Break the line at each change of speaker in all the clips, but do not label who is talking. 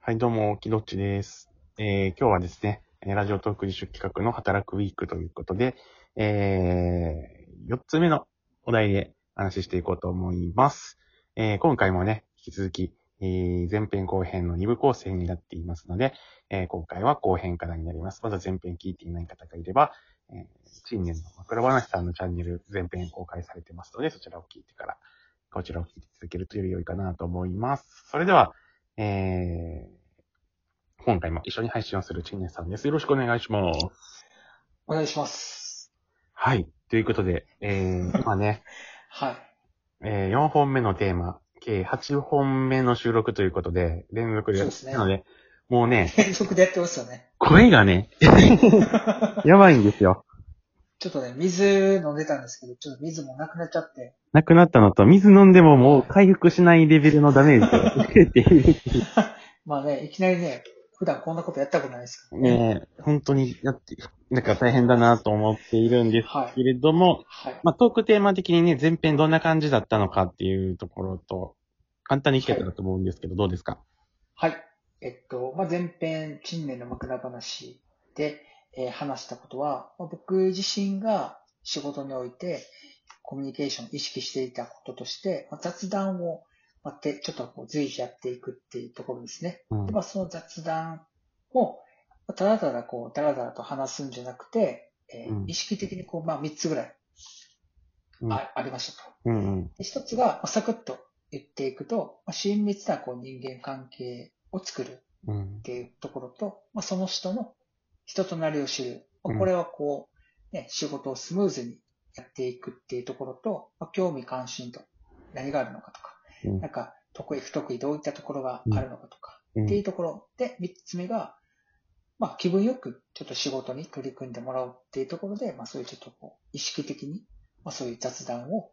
はい、どうも、きどっちです。えー、今日はですね、えーラジオトーク自主企画の働くウィークということで、えー、4つ目のお題で話していこうと思います。えー、今回もね、引き続き、えー、前編後編の2部構成になっていますので、えー、今回は後編からになります。まだ前編聞いていない方がいれば、えー、新年の枕話さんのチャンネル前編公開されてますので、そちらを聞いてから、こちらを聞いていただけるとより良いかなと思います。それでは、えー、今回も一緒に配信をするチンネさんです。よろしくお願いします。
お願いします。
はい。ということで、え ー、今ね、
はい。
えー4本目のテーマ、計8本目の収録ということで、連続でやってるので、もうね、
連続でやってますよね。
声がね、やばいんですよ。
ちょっとね、水飲んでたんですけど、ちょっと水もなくなっちゃって。
なくなったのと、水飲んでももう回復しないレベルのダメージ を受けている。
まあね、いきなりね、普段こんなことやったことないですからね。
ねえ本当にやって、なんか大変だなと思っているんです
はい。
けれども、
はい。
まあ、トークテーマ的にね、前編どんな感じだったのかっていうところと、簡単に聞けたらと思うんですけど、どうですか
はい。えっと、まあ、前編、近年の枕話で、えー話したことは、まあ、僕自身が仕事において、コミュニケーションを意識していたこととして、まあ、雑談を、まあ、てちょっとこう随時やっていくっていうところですね。
うん
で、まあ、その雑談を、まあただただこう、だらだらと話すんじゃなくて、えー
うん
意識的にこう、まあ、3つぐらい
うん
あ,、ありましたと。
うんうん。
で1つが、まあ、サクッと言っていくと、まあ、親密なこう人間関係を作る
うん
っ。ていうところと、まあ、その人の人となりを知る。ま
う
あ、
ん
これはこう、ね、仕事をスムーズにやっていくっていうところと、まあ、興味関心と何があるのかとか、
うん
なんか得意不得意どういったところがあるのかとか、
う
っていうんところで、三つ目が、まあ、気分よくちょっと仕事に取り組んでもらおうっていうところで、まあ、そういうちょっとこう、意識的に、まあ、そういう雑談を、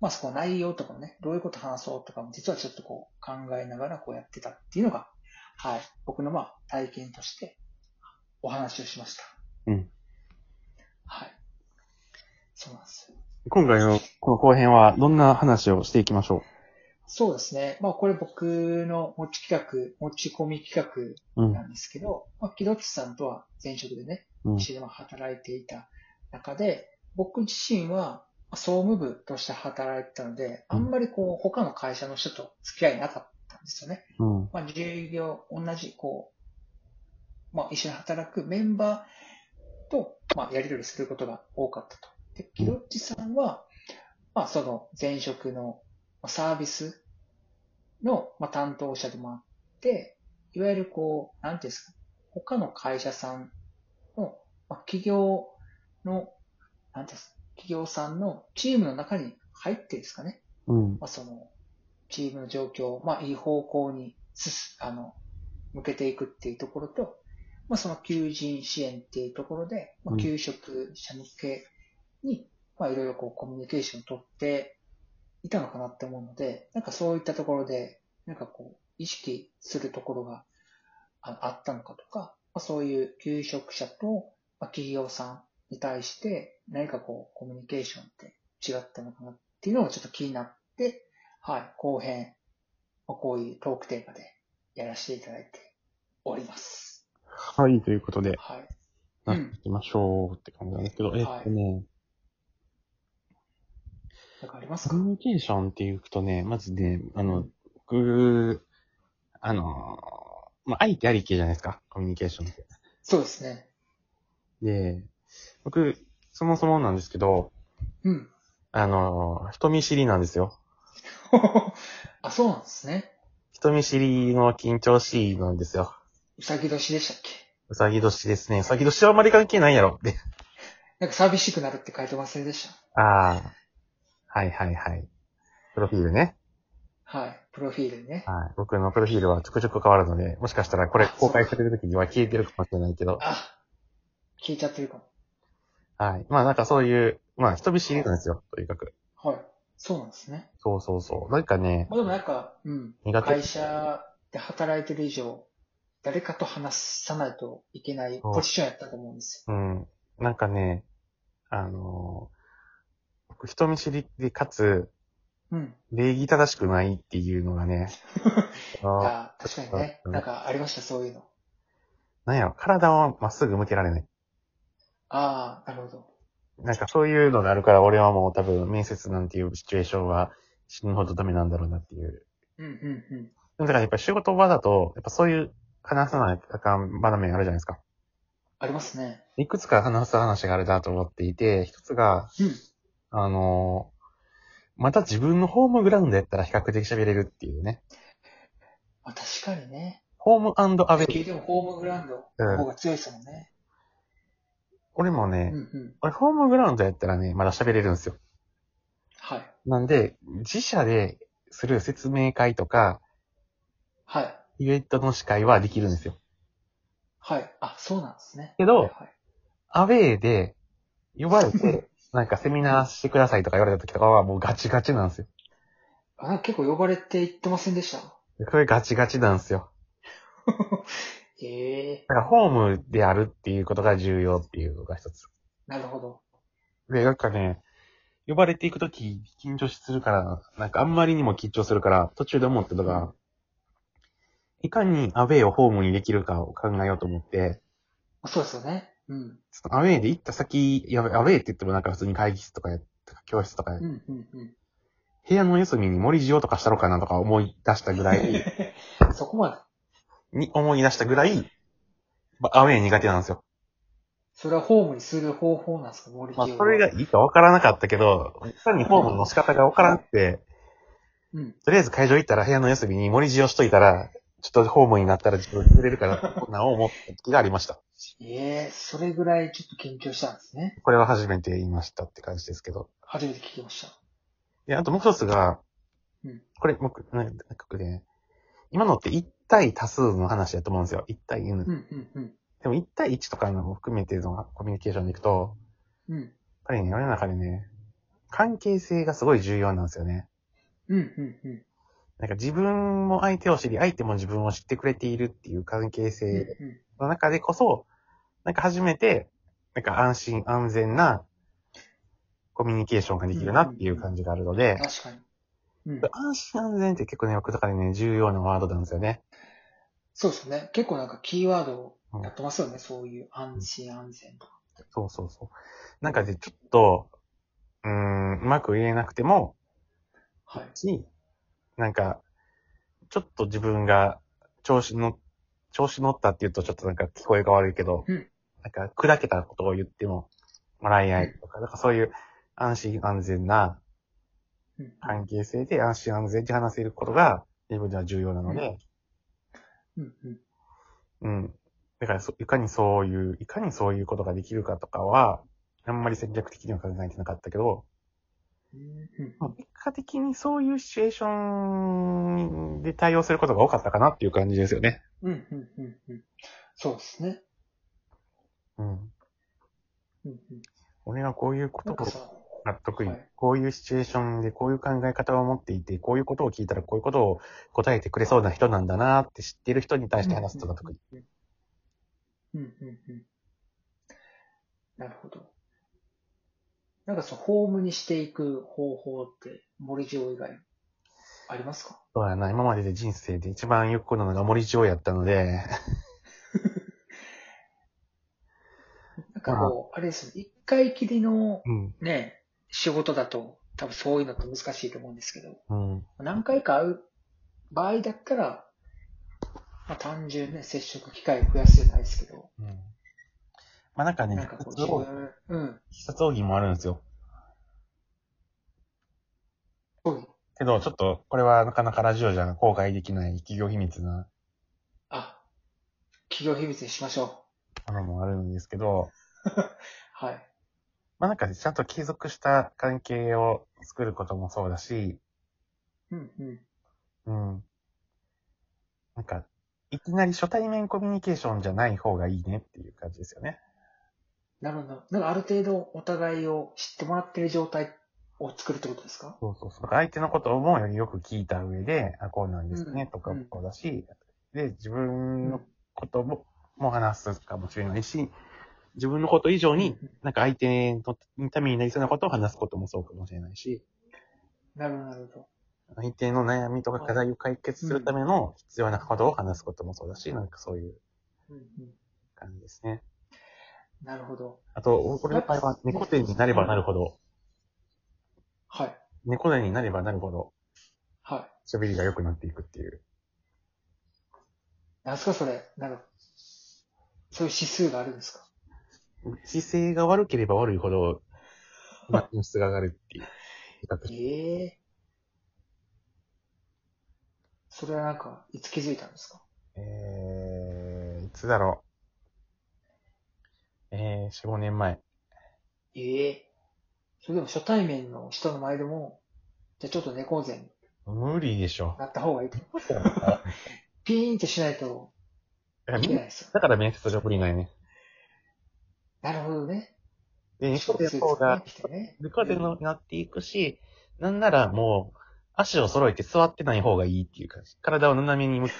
まあ、そこの内容とかもね、どういうこと話そうとかも、実はちょっとこう、考えながらこうやってたっていうのが、はい、僕のまあ、体験として、お話をしました。
うん。
はい。そうなんですよ。
今回のこの後編はどんな話をしていきましょ
そうですね。まあ、これ僕の持ち企画、持ち込み企画
う。うん
な。んですけど、まあ、木戸内さんとは前職でね、
うん
一緒に働いていた中で、僕自身はまあ総務部として働いてたので、
うん
あんまりこう、他の会社の人と付き合いなかったんですよね。
うん。
まあ、従業、同じ、こう、まあ、一緒に働くメンバーと、まあ、やり取りすることが多かったと。で、木戸内さんは、まあ、その前職のまあサービスの、まあ、担当者でもあって、いわゆるこう、なんていうんですか、他の会社さんの、まあ、企業の、なんていうんですか、企業さんのチームの中に入ってですかね。
うん。
まあ、その、チームの状況を、まあ、いい方向に進、あの、向けていくっていうところと、まあ、その求人支援っていうところで、ま
う
あ、
ん
求職者向けに、まあ、いろいろこう、コミュニケーションを取っていたのかなって思うので、なんかそういったところで、なんかこう、意識するところがああったのかとか、まあ、そういう求職者と、まあ、企業さんに対して、何かこう、コミュニケーションって違ったのかなっていうのがちょっと気になって、はい、後編、まあこういうトークテーマでやらせていただいております。
はい、ということで、
はい。
な
う
って
ん
いきましょうって感じなんですけど、えっとね、
なんかあります
コ
か
ミュニケーションっていうとね、まずね、あの、僕、あの、まあ、相手ありきじゃないですか、コミュニケーションって。
そうですね。
で、僕、そもそもなんですけど、
うん。
あの、人見知りなんですよ。
あ、そうなんですね。
人見知りの緊張しいなんですよ。
うさぎ年でしたっけ
うさぎ年ですね。うさぎ年はあんまり関係ないやろって。
なんか寂しくなるって書いてませんでした。
ああ。はいはいはい。プロフィールね。
はい。プロフィールにね。
はい。僕のプロフィールはちょくちょく変わるので、もしかしたらこれ公開される時には消えてるかもしれないけど。
あ、聞いちゃってるかも。
はい。まあなんかそういう、まあ人見知りなんですよ。とにかく。
はい。そうなんですね。
そうそうそう。なんかね
ま、あ、でもなんか、うん。
苦手
会。社で働いてる以上、誰かと話さないといけないポジションやったと思うんです
うん。なんかね、あのー僕人見知りで、かつ、
うん。
礼儀正しくないっていうのがね。 あー
あー確かにね。
うん
なんかありました、そういうの。
なんやろ、体はまっすぐ向けられない。
ああ、なるほど。
なんかそういうのがあるから、俺はもう多分面接なんていうシチュエーションは死ぬほどダメなんだろうなっていう。
うん、うん、うん。
だからやっぱり仕事場だと、やっぱそういう話さなあかん場面あるじゃないですか。
ありますね。
いくつか話す話があるなと思っていて、一つが、
うん
あのーまた自分のホームグラウンドやったら比較的喋れるっていうね。
まあ、確かにね。
ホームアウェ
聞
イ。
いてもホームグラウンド
う
の方
ん。
が強いですもんね。
俺も
う
ね
ん、、うん。
俺ホームグラウンドやったらね、まだ喋れるんですよ。
はい。
なんで、自社でする説明会とか、
はい。
イベントの司会はできるんですよ。
はい。あ、そうなんですね。
けど
はいはい、
アウェイで、呼ばれて、なんかセミナーしてくださいとか言われた時とかはもうガチガチなんですよ。
あなんか結構呼ばれて行ってませんでした。
これガチガチなんですよ。
ええ
だからホームであるっていうことが重要っていうのが一つ。
なるほど。
で、なんかね、呼ばれていくとき緊張するから、なんかあんまりにも緊張するから、途中で思ったのが、いかにアウェイをホームにできるかを考えようと思って、
そうですよね。うん。
ちょっとアウェイで行った先、いやアウェイって言ってもなんか普通に会議室とかや教室とかや、
うん、うん、うん。
部屋の四隅に森塩とかしたろかなとか思い出したぐらい、
そこまで。
に思い出したぐらい、まアウェイ苦手なんですよ。
それはホームにする方法なんですか、森木
まあ、
用は
それがいいか分からなかったけど、さらにホームの仕方が分からなくて、
うん。
とりあえず会場行ったら部屋の四隅に森地をしといたら、ちょっとホームになったら自分潰れるから、こんなを思った時がありました。
ええそれぐらいちょっと緊張したんですね。
これは初めて言いましたって感じですけど。
初めて聞きました。
で、あともう一つが
うん、
これ、僕、なんなんかね、今のって1対多数の話だと思うんですよ。1対 N。
うん、うん、うん。
でも1対1とかのも含めてのコミュニケーションでいくと、
うん、
やっぱりね、世の中でね、関係性がすごい重要なんですよね。
うん、うん、うん。
なんか自分も相手を知り、相手も自分を知ってくれているっていう関係
うん
性
うん
の中でこそ、なんか初めて、なんか安心安全なコミュニケーションができるなっていう感じがあるので、
確かに。うん。
安心安全って結構ね、僕とかでね、重要なワードなんですよね。
そうですね。結構なんかキーワード
うん
やってますよね。そういう安心安全とか。
そうそうそう。なんかで、ちょっと、うーん、うまく言えなくても、
はい。
し、なんか、ちょっと自分が調子の、調子乗ったって言うとちょっとなんか聞こえが悪いけど、
うん
なんか砕けたことを言ってももらい合いとか、なんかそういう安心安全な
うん
関係性で安心安全に話せることが自分では重要なので、
うんうん
うん。だからそ、いかにそういう、いかにそういうことができるかとかは、あんまり戦略的には考えてなかったけど、
うん
まあ結果的にそういうシチュエーションで対応することが多かったかなっていう感じですよね。
うんうんうんうんそうですね。
うん。
うんうん
俺がこういうこと
なんか
を
さ、
が得意、
はい
こういうシチュエーションでこういう考え方を持っていて、こういうことを聞いたらこういうことを答えてくれそうな人なんだなって知ってる人に対して話すのが得意。
うんうんうんうん。なるほど。なんかそのホームにしていく方法って森城以外ありますか
そうやな、今までで人生で一番よくなのが森上やったので、
なんかこう、あれですよね。一回きりの
うん。
ね、仕事だと多分そういうのって難しいと思うんですけど、
うん。
何回か会う場合だったら、まあ、単純ね、接触機会を増やすじゃないですけど、
うん。まあなんかね、
なんかこう、自分、うん、
必殺奥義もあるんですよ。
そう
けど、ちょっと、これはなかなかラジオじゃ公開できない企業秘密な
あ、企業秘密にしましょ
ものもあるんですけど、
う。はい。
まあなんかねちゃんと継続した関係を作ることもそうだし、
うん、うん。
うん。なんか、いきなり初対面コミュニケーションじゃない方がいいねっていう感じですよね。
なるほど。なんかある程度お互いを知ってもらってる状態を作るってことですか
そうそうそう。相手のことをもよりよく聞いた上で、あ、こうなんです
う
ね
ん
とか
うん
もそうだし、で、自
う
分のことも、も話すかもしれないし、自分のこと以上に、なんか相手のためになりそうなことを話すこともそうかもしれないし、
なるほどなるほど。
相手の悩みとか課題を解決するための必要なことを話すこともそうだし、なんかそういう
うんうん。
感じですね。
なるほど。
あと、これの場合は、猫背になればなるほど、
はい。
猫背になればなるほど、
はい。
喋りが良くなっていくっていう。
なんすかそれ。なんか、そういう指数があるんですか
姿勢が悪ければ悪いほど、まあ、質が上がる っていう。比較的
ええそれはなんか、いつ気づいたんですか
えー、いつだろう。えー、4、5年前。
ええそれでも初対面の人の前でも、じゃあちょっと猫背に
無理でし ょ。
なった方がいいと。ピーンってしないと
だから
いけないですよ。
だから面接上無理ないね。
なるほどね。
で、猫背の方が、
来てね。
猫背になっていくし、なんならもう、足を揃えて座ってない方がいいっていう感じ。体を斜めに向け、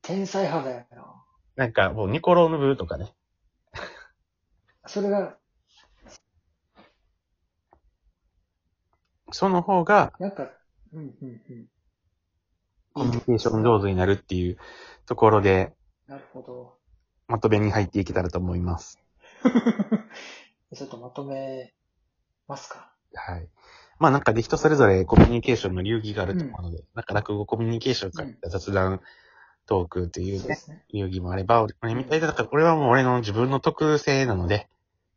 天才肌やな。
なんかもう寝転ぶとかね。
それが、
その方が、
なんか、うんうんう
コ
ん。
ミュニケーション
どう
上手になるっていうところで、
なるほ ど。
まとめに入っていけたらと思います。
ちょっとまとめますか。
はい。まあなんかで人それぞれコミュニケーションの流儀があると思うので、なんか落語コミュニケーションから言った雑談トークってい
そううで
ね、
すね。
流儀もあれば、俺みたいだったら、これはもう俺の自分の特性なので、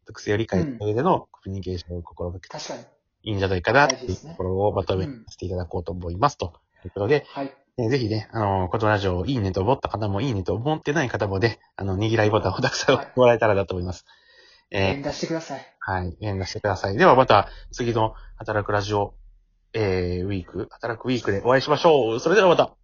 特性を理解した上でのコミュニケーションを心がけて
確かに。
いいんじゃないかなっていうところをまとめさせていただこうと思います。ということで、
はい。
えーぜひね、あのーこのラジオをいいねと思った方もいいねと思ってない方もね、あの、ねぎらいボタンをたくさん押してもらえたらなと思います。えー
連打してください。
はい、連打してください。ではまた次の働くラジオ、えー、ウィーク、働くウィークでお会いしましょう。それではまた。